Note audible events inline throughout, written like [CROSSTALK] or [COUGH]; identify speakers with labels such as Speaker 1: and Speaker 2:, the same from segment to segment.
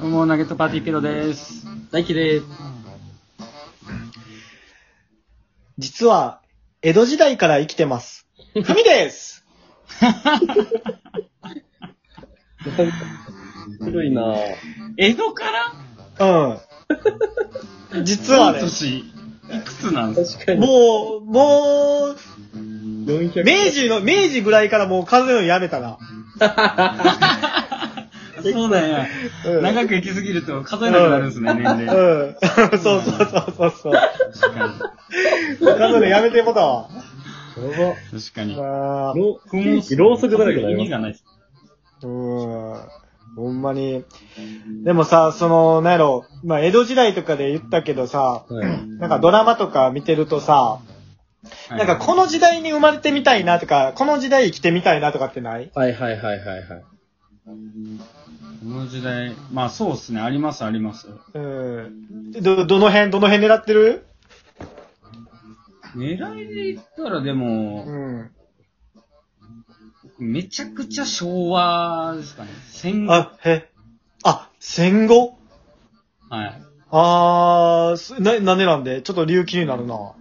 Speaker 1: どうも、ナゲットパーティーピロです。
Speaker 2: 大輝です。実は、江戸時代から生き
Speaker 1: [LAUGHS]
Speaker 2: てます。ふみです
Speaker 3: 古いなぁ。
Speaker 1: 江戸から
Speaker 2: うん。実はね、
Speaker 1: 年、いくつなんですか
Speaker 3: 確かに。
Speaker 2: もう、もう、
Speaker 3: 400
Speaker 2: 明治の、明治ぐらいからもう数えるのやめたな。
Speaker 1: そうなんや。
Speaker 2: うん。
Speaker 1: 長く生きすぎると数えなくなるんですね、年齢。
Speaker 2: うん。 [LAUGHS] そうそうそうそうそう。
Speaker 1: 確か
Speaker 2: 数えるのやめてもうたわ。
Speaker 3: や
Speaker 1: に。確かに。
Speaker 2: まあ
Speaker 3: ば。ろ
Speaker 1: 不毛す
Speaker 3: ろうそくだらけだ
Speaker 1: 意
Speaker 3: よ
Speaker 1: 味。がないです。
Speaker 2: うーん。ほんまに。でもさ、その、なんやろ、まあ、江戸時代とかで言ったけどさ、
Speaker 3: はい。
Speaker 2: なんかドラマとか見てるとさ、
Speaker 1: はい
Speaker 2: なんかこの時代に生まれてみたいなとか、この時代生きてみたいなとかってない
Speaker 3: はいはいはいはいはい。
Speaker 1: この時代、まあそうですね、ありますあります。
Speaker 2: うん。ど、どの辺、どの辺狙ってる
Speaker 1: 狙いで言ったらで
Speaker 2: う
Speaker 1: も、
Speaker 2: ん。
Speaker 1: めちゃくちゃ昭和ですかね。戦後。
Speaker 2: あ、へ。あ、戦後
Speaker 1: はい。
Speaker 2: あーす、な、なんでなんでちょっと隆起になるな。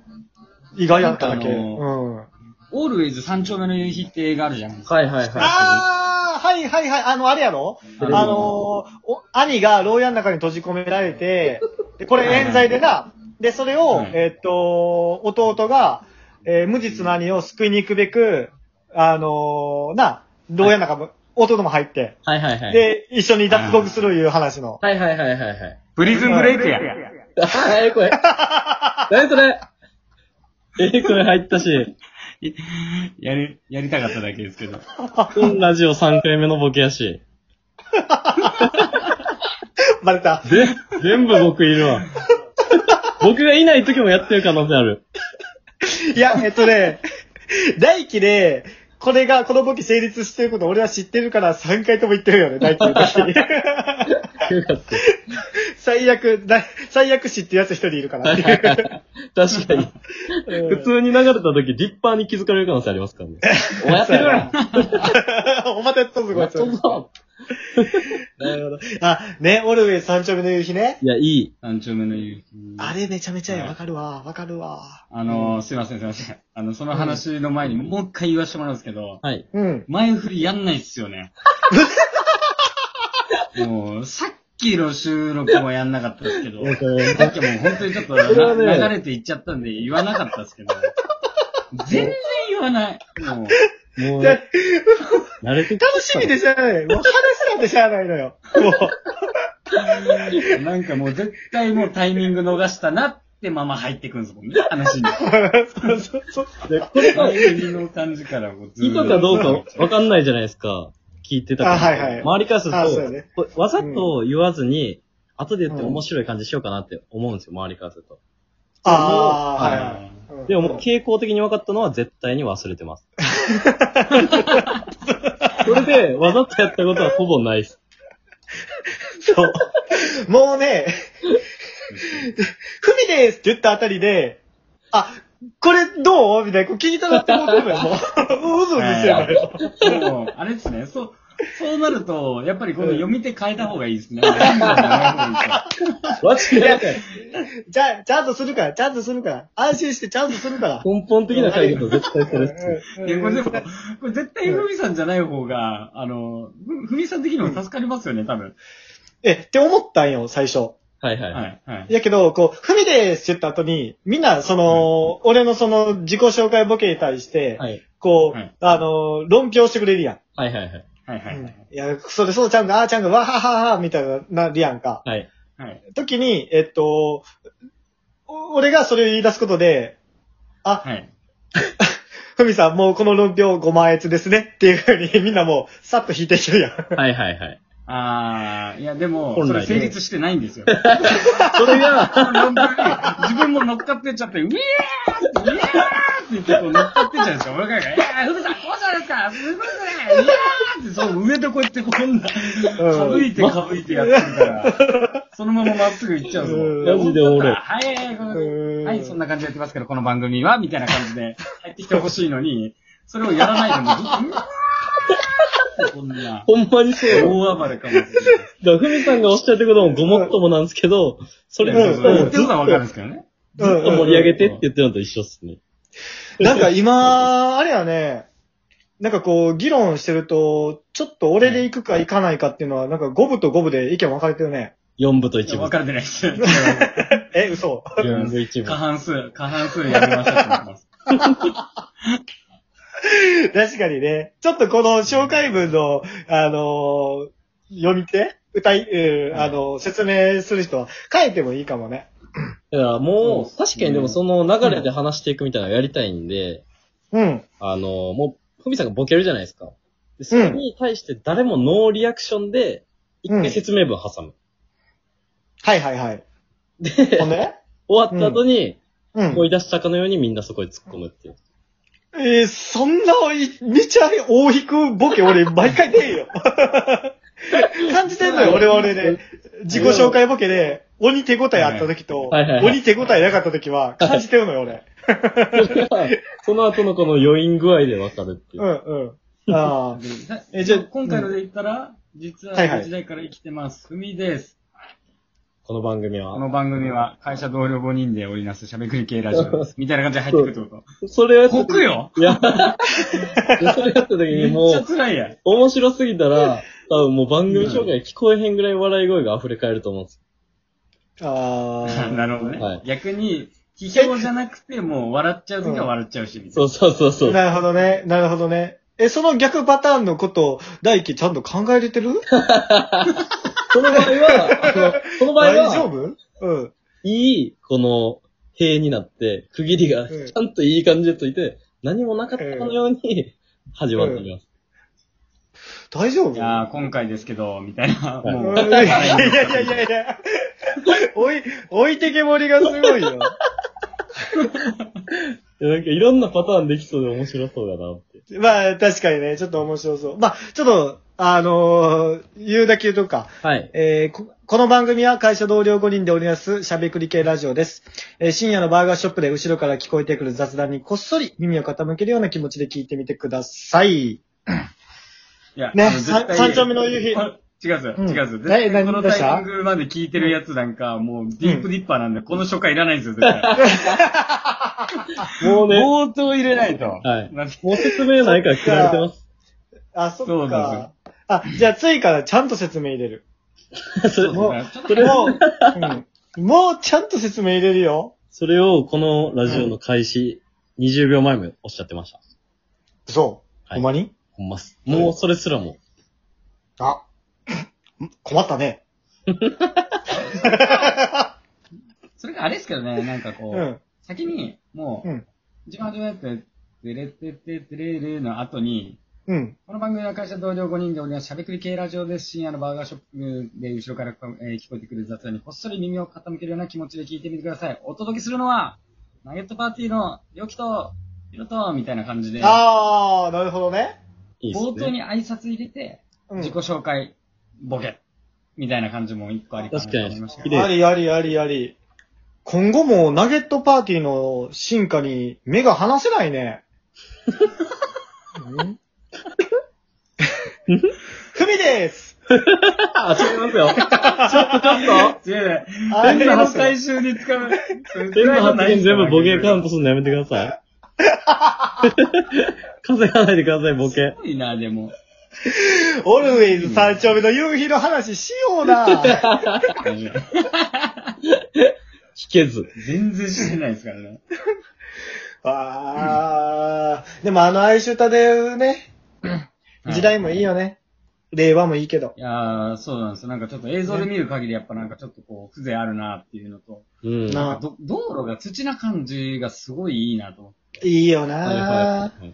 Speaker 2: 意外やっただけ。
Speaker 1: なん
Speaker 2: う
Speaker 1: かあの
Speaker 2: ん。
Speaker 1: オールウェイズ三丁目の夕日って映画あるじゃないですか。
Speaker 3: はいはいは
Speaker 2: あー、はいはいはい、あの、あれやろあ
Speaker 3: テレ
Speaker 2: の
Speaker 3: ビの
Speaker 2: ーお、兄が牢屋の中に閉じ込められ
Speaker 3: [LAUGHS]
Speaker 2: て、でこれ冤罪でな、で、それを、
Speaker 1: はい
Speaker 2: えーっと、弟が、えー無実の兄を救いに行くべく、あのーな、牢屋の中も、弟も入って、
Speaker 3: い。はいはいはい。
Speaker 2: で、一緒に脱獄するいう話の。
Speaker 3: はいはいはいはいはい。
Speaker 1: プリズンブレイクや。
Speaker 3: あえ、これ。何それえ、これ入ったし、
Speaker 1: やり、やりたかっただけですけど。
Speaker 3: うんラジオ3回目のボケやし。
Speaker 2: バレた。
Speaker 3: で、全部僕いるわ。僕がいない時もやってる可能性ある。
Speaker 2: いや、えっとね、 [LAUGHS] 大輝で、これが、このボケ成立してること俺は知ってるから3回とも言ってるよね、大輝の時。
Speaker 3: [LAUGHS] よかった。
Speaker 2: 最悪、だ最悪死ってやつ一人いるから。
Speaker 3: 確かに。
Speaker 2: うん
Speaker 3: 普通に流れた時、リッパーに気づかれる可能性ありますからね。おやってるわ
Speaker 2: お待たせとすご
Speaker 3: や
Speaker 2: い
Speaker 3: っ。とんぞ
Speaker 2: なるほど。あ、ね、オルウェイズ三丁目の夕日ね。
Speaker 3: いや、いい。
Speaker 1: 三丁目の夕日。
Speaker 2: あれめちゃめちゃいい。
Speaker 1: はい
Speaker 2: わかるわ、わかるわ。
Speaker 1: あのー、すいませんすいません。あの、その話の前にもう一回言わせてもらうんですけど、
Speaker 3: はい。
Speaker 2: うん。
Speaker 1: 前振りやんないっすよ
Speaker 3: [LAUGHS]
Speaker 1: ね。もう、さっきの収録もやんなかったですけど、さっきもう本当にちょっとな
Speaker 3: それはね
Speaker 1: 流れていっちゃったんで言わなかったですけど、全然言わない。もう、
Speaker 3: もう、
Speaker 2: で
Speaker 3: 慣れてきた
Speaker 2: 楽しみでしゃあない。もう話なんてしゃあないのよ。も
Speaker 1: なんかもう絶対もうタイミング逃したなってまま入ってくんですもんね、話に。
Speaker 2: う。そうそうそう。
Speaker 3: でこれ
Speaker 1: タ
Speaker 3: が、
Speaker 1: イミングの感じからもうずー
Speaker 3: 意
Speaker 1: っ
Speaker 3: 図かどうかわかんないじゃないですか。聞いてたから。
Speaker 2: あはいはい
Speaker 3: 周りからする
Speaker 2: あそうや
Speaker 3: と、
Speaker 2: ね
Speaker 3: これわざと言わずに、後で言って
Speaker 2: うん
Speaker 3: 面白い感じしようかなって思うんですよ、周りからすると。
Speaker 2: あ
Speaker 1: はい
Speaker 2: あ、はい。
Speaker 3: でももう、傾向的に分かったのは絶対に忘れてます。それで、わざとやったことはほぼないです。
Speaker 2: そう。もうね、ふみですって言ったあたりで、あ、これどうみたいな、こう聞いたなって思ってるよ、もう。うずうずしてるのよ。
Speaker 1: もう、あれですね、そう、そうなると、やっぱりこの読み手変えた方が [LAUGHS] いい
Speaker 3: [LAUGHS]
Speaker 1: ですね。は
Speaker 3: マジで、
Speaker 2: じゃあ、ちゃんとするから、ちゃんとするから。安心してちゃんとするから。
Speaker 3: 根本的な解決は絶対それっす。
Speaker 1: いや、これでも、これ絶対ふみさんじゃない方が、あの、ふふみさん的にも助かりますよね、多分。
Speaker 2: え、って思ったんよ、最初。
Speaker 3: はいはい。
Speaker 1: はい、はい。
Speaker 2: やけど、こう、ふみですって言った後に、みんな、その、俺のその、自己紹介ボケに対して、
Speaker 3: はい
Speaker 2: こう、
Speaker 1: はい
Speaker 2: あの、論評してくれるやん。
Speaker 3: はいはいはい。
Speaker 1: はい、は
Speaker 2: うん
Speaker 1: い。
Speaker 2: いや、それそうちゃんが、あーちゃんが、わははは、みたいな、なるやんか。
Speaker 3: はい。
Speaker 1: はい。
Speaker 2: 時に、えっと、お俺がそれを言い出すことで、あ、
Speaker 1: はい。
Speaker 2: ふみさん、もうこの論評5万円ですね、っていうふうに、みんなもう、さっと引いていけるやん。
Speaker 3: はいはいはい。
Speaker 1: あー、いや、でも、
Speaker 3: 本
Speaker 1: そ
Speaker 3: 来
Speaker 1: れ
Speaker 3: ね
Speaker 1: 成立してないんですよ。
Speaker 3: [LAUGHS] それが、
Speaker 1: その論文に自分も乗っかってっちゃって、うえーって、うえーって言ってこう乗っかってっちゃうんですよ。若いから、いやー、ふみさん、こうじゃないですかすごいですねいやーって、そう上でこうやってこんな、かぶいてかぶいてやってるから、そのまままっすぐ行っちゃうんです
Speaker 2: う
Speaker 1: よ。
Speaker 2: ん
Speaker 3: マジでおもろい
Speaker 1: はい、こ
Speaker 2: うん
Speaker 1: うはい、そんな感じでやってますけど、この番組は、みたいな感じで入ってきてほしいのに、それをやらないでもずっと、うわって、こんな。
Speaker 3: ほんまにそうよ。
Speaker 1: 大暴れかもしれない。
Speaker 3: だから、ふみさんがおっしゃってることもごもっともなんですけど、それ
Speaker 1: うん
Speaker 3: を
Speaker 1: そ
Speaker 3: ず
Speaker 1: う言っ
Speaker 3: ってと
Speaker 1: ることはわかるんですけどね。
Speaker 3: ずっと盛り上げてって言ってるのと一緒っすね。
Speaker 2: なんか今、あれやね、なんかこう、議論してると、ちょっと俺で行くか行かないかっていうのは、なんか五分と五分で意見分かれてるね。
Speaker 3: 4部と
Speaker 1: いや
Speaker 3: 1
Speaker 1: 分
Speaker 3: 部。
Speaker 1: かれてないです。 [LAUGHS]
Speaker 2: え、嘘。
Speaker 3: 4部1
Speaker 1: 過
Speaker 3: 部。
Speaker 1: 半数、過半数やめましょうと思います。
Speaker 2: [LAUGHS] 確かにね。ちょっとこの紹介文の、あのー読み手歌い、うん
Speaker 1: はい
Speaker 2: あのー説明する人は変えてもいいかもね。
Speaker 3: いや、も
Speaker 1: そう
Speaker 3: う、確かにでもその流れで話していくみたいなのやりたいんで、
Speaker 2: うん。
Speaker 3: あの、もう、ふみさんがボケるじゃないですか。でそれに対して誰もノーリアクションで、一
Speaker 2: うん
Speaker 3: 回説明文挟む。
Speaker 2: はいはい [LAUGHS] はい。
Speaker 3: で、
Speaker 2: ほんで
Speaker 3: 終わった後に、
Speaker 2: うん。
Speaker 3: 思い出したかのようにみんなそこに突っ込むっていう。
Speaker 2: えーそんな、いめちゃ大引くボケ俺毎回出えよ。感じてんのよ、俺は俺で。自己紹介ボケで、鬼手応えあった時と、
Speaker 3: はいはいはい
Speaker 2: 鬼手応えなかった時は感じてるのよ、俺。
Speaker 3: それが [LAUGHS] その後のこの余韻具合でわかるっていうう。
Speaker 2: んうん。
Speaker 1: [LAUGHS]
Speaker 2: ああ。
Speaker 1: え、
Speaker 2: え
Speaker 1: じ
Speaker 2: じゃ
Speaker 1: ゃ
Speaker 2: あ
Speaker 1: あ、今回ので言ったら、実は、
Speaker 2: はいはい
Speaker 1: 時代から生きてます。ふみです。
Speaker 3: この番組は。
Speaker 1: この番組は、会社同僚5人で織りなすしゃべくり系ラジオです。みたいな感じで入ってくるってこ
Speaker 3: それをや
Speaker 1: と。
Speaker 3: った
Speaker 1: こ
Speaker 3: 時
Speaker 1: くよ
Speaker 3: いや、いやそれやった時
Speaker 1: め
Speaker 3: に
Speaker 1: っちゃ
Speaker 3: もう、
Speaker 1: 辛いやん。
Speaker 3: 面白すぎたら、多分もう番組紹介聞こえへんぐらい笑い声が溢れ返ると思うんです
Speaker 2: ああ。
Speaker 1: なるほどね。
Speaker 3: はい
Speaker 1: 逆に、批評じゃなくて、もう笑っちゃうときは笑っちゃうし、みたい
Speaker 3: よ。そうそうそうそう。
Speaker 2: なるほどね。なるほどね。え、その逆パターンのことを、大輝ちゃんと考えれてる
Speaker 3: その場合は、あの、その場合
Speaker 2: 大丈
Speaker 3: は、
Speaker 2: 夫うん。
Speaker 3: いい、この、塀になって、区切りが
Speaker 2: うん
Speaker 3: ちゃんといい感じでついて、何もなかったかのように始まっていきます。
Speaker 2: 大丈夫
Speaker 1: な。いやー、今回ですけど、みたいな。
Speaker 3: はい
Speaker 1: もう、
Speaker 2: うんいやいやいやいや。おい、置いてけぼりがすごいよ。
Speaker 3: いやなんかいろんなパターンできそうで面白そうだなって。
Speaker 2: まあ、確かにね、ちょっと面白そう。まあ、ちょっと、あのー言うだけ言うとくか。
Speaker 3: はい。
Speaker 2: えーこ、この番組は会社同僚5人でおりますしゃべくり系ラジオです。えー深夜のバーガーショップで後ろから聞こえてくる雑談にこっそり耳を傾けるような気持ちで聞いてみてください。
Speaker 1: いや、
Speaker 2: ね
Speaker 1: あの絶対
Speaker 2: さん三丁目の夕日
Speaker 1: これ違うぞ、
Speaker 2: うん
Speaker 1: 違うぞ。絶
Speaker 2: え
Speaker 1: 対
Speaker 2: 何
Speaker 1: この
Speaker 2: どうした
Speaker 1: タイミングまで聞いてるやつなんか、もう、ディープディッパーなんで、この初回いらないんですよ、絶
Speaker 2: [LAUGHS]
Speaker 1: 対。
Speaker 3: もうね、も
Speaker 1: 冒頭入れないと。
Speaker 3: はい
Speaker 1: なんか
Speaker 3: う説明ないから切られてます。
Speaker 2: あ、そ
Speaker 1: そ
Speaker 2: っ
Speaker 1: うなん
Speaker 2: か。あ、じゃあ次からちゃんと説明入れる。
Speaker 3: それ
Speaker 1: そうですねちょっと
Speaker 3: それ
Speaker 2: もう、うん、もうちゃんと説明入れるよ。
Speaker 3: [LAUGHS] それをこのラジオの開始20秒前もおっしゃってました。
Speaker 2: そう。
Speaker 3: は
Speaker 2: ほ
Speaker 3: い
Speaker 2: んまに
Speaker 3: ほんます。もうそれすらも。
Speaker 2: あ、ん困ったね。
Speaker 1: それがあれですけどね、なんかこ
Speaker 2: う
Speaker 1: う、
Speaker 2: ん。
Speaker 1: 先に、もう、
Speaker 2: うん
Speaker 1: 一番初めて、てれてててれれの後に、
Speaker 2: うん。
Speaker 1: この番組は会社同僚5人でおりますしゃべくり系ラジオです。深夜のバーガーショップで後ろから、えー聞こえてくる雑談にこっそり耳を傾けるような気持ちで聞いてみてください。お届けするのは、ナゲットパーティーの良きと、ひろと、みたいな感じで、
Speaker 2: あー、なるほどね。
Speaker 3: いいです
Speaker 1: 冒頭
Speaker 3: ね。
Speaker 1: に挨拶入れて、
Speaker 2: うん
Speaker 1: 自己紹介、ボケ、みたいな感じも一個ありかなと思いましたけ
Speaker 3: 確かに綺
Speaker 1: ど。
Speaker 3: 麗
Speaker 2: ありありありあり。今後もナゲットパーティーの進化に目が離せないね。んふみです
Speaker 3: あ、違います [LAUGHS] よ。ちょっとちょっと。
Speaker 1: 違う違う
Speaker 2: あ
Speaker 1: 全部の
Speaker 2: あり
Speaker 1: 回収に使う。
Speaker 3: 全部発言全部ボケカウン
Speaker 1: ン
Speaker 3: トするのやめてくださ [LAUGHS] い。稼がないでください、ボケ
Speaker 1: す。ごいな、でも。
Speaker 2: オルウェイズ三丁目の夕日の話しような
Speaker 3: 聞けず。
Speaker 1: 全然してないですからね。
Speaker 2: あーでもあの哀愁歌でね、時代もいいよね。令和もいいけど。
Speaker 1: いやー、そうなんですよ。なんかちょっと映像で見る限りやっぱなんかちょっとこう、風情あるなっていうのと、
Speaker 3: うん。
Speaker 2: なあ
Speaker 3: は
Speaker 1: なんかど道路が土な感じがすごいいいなと思って。
Speaker 2: いいよな、
Speaker 3: いはいはい。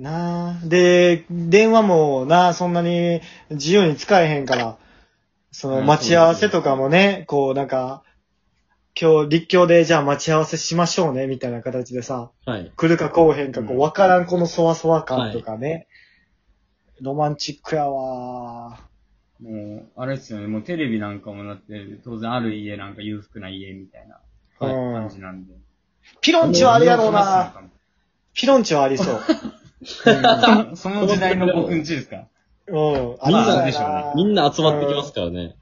Speaker 2: なあ。で、電話もな、そんなに自由に使えへんから、その
Speaker 1: うん
Speaker 2: 待ち合わせとかもね、こうなんか、今日立教でじゃあ待ち合わせしましょうね、みたいな形でさ、
Speaker 3: はい。
Speaker 2: 来るか来おへんか、こ
Speaker 1: う
Speaker 2: うんわからんこのそわそわ感とかね。ロマンチックやわ
Speaker 1: もう、あれですよね。もうテレビなんかもなって、当然ある家なんか裕福な家みたいな
Speaker 2: ー。
Speaker 3: はい
Speaker 1: 感
Speaker 2: う
Speaker 1: じ
Speaker 2: ん。
Speaker 1: なんで。
Speaker 2: ピロンチはあるやろ
Speaker 1: 話
Speaker 2: う
Speaker 1: す [LAUGHS] の
Speaker 2: な
Speaker 1: かも
Speaker 2: ピロンチはありそう。
Speaker 1: その時代の僕んちですか
Speaker 2: うん。
Speaker 1: みんな
Speaker 2: 集
Speaker 1: で
Speaker 2: まる
Speaker 1: しょうね
Speaker 3: みんな集まってきますからね。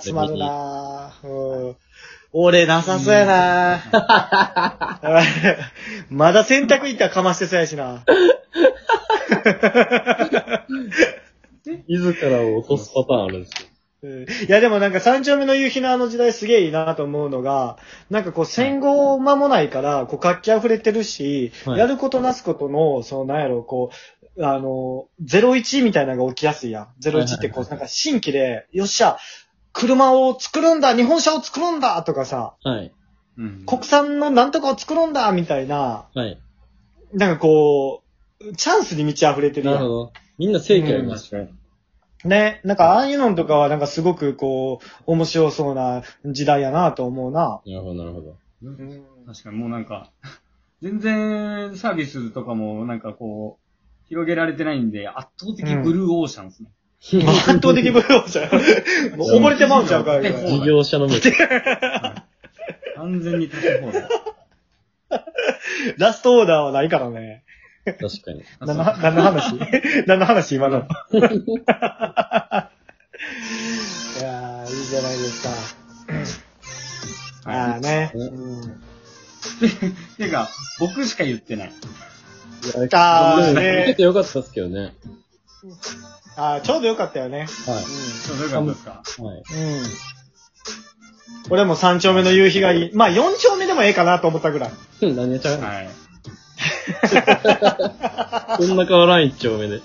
Speaker 2: 集まるなぁ。うん。俺なさそうやなぁ。まだ洗濯行ったらかましてそうやしな。
Speaker 3: 自らを落とすパターンあるんですよ。
Speaker 2: うんいやでもなんか三丁目の夕日のあの時代すげえいいなと思うのが、なんかこう戦後間もないから、こう活気溢れてるし、
Speaker 3: はい
Speaker 2: やることなすことの、そのなんやろ、こう、あの、01みたいなのが起きやすいやん。01ってこうなんか新規で、よっしゃ、車を作るんだ日本車を作るんだとかさ、
Speaker 3: はい。
Speaker 1: うん
Speaker 2: 国産のなんとかを作るんだみたいな、
Speaker 3: はい。
Speaker 2: なんかこう、チャンスに満ち溢れてる
Speaker 3: な
Speaker 2: や
Speaker 3: るほ
Speaker 2: ん。
Speaker 3: ど。みんな正義ありますから。
Speaker 2: ね。なんかああいうのとかはなんかすごくこう、面白そうな時代やなと思うな。
Speaker 3: なるほど、なるほど。
Speaker 2: うん。
Speaker 1: 確かにもうなんか、 [LAUGHS] 全然サービスとかもなんかこう、広げられてないんで、圧倒的ブルーオーシャンですね。
Speaker 2: 圧倒的ブルーオー [LAUGHS] シャン。もう溺れてまうんちゃうか。
Speaker 1: ね
Speaker 2: これ
Speaker 3: 事業者の目。
Speaker 1: 完全に高い
Speaker 3: [LAUGHS]
Speaker 1: 方だ。
Speaker 2: ラストオーダーはないからね。
Speaker 3: 確かに。
Speaker 2: 何の何の話 [LAUGHS] 何の話今 [LAUGHS] の。いやー、いいじゃないですか。ああね。
Speaker 3: ね
Speaker 2: うん
Speaker 1: ていうか、僕しか言ってない。
Speaker 2: あー
Speaker 3: あね。受け
Speaker 2: ね。
Speaker 3: てよかったですけどね。
Speaker 2: あーちょうどよかったよね。
Speaker 3: は
Speaker 1: そうどういうことですか
Speaker 3: い。はい。
Speaker 2: うん。うん。俺も三丁目の夕日がいい。まあ四丁目でもええかなと思ったぐらい。
Speaker 3: 何やちゃう
Speaker 1: はい。
Speaker 3: こんな変わらん一丁目で。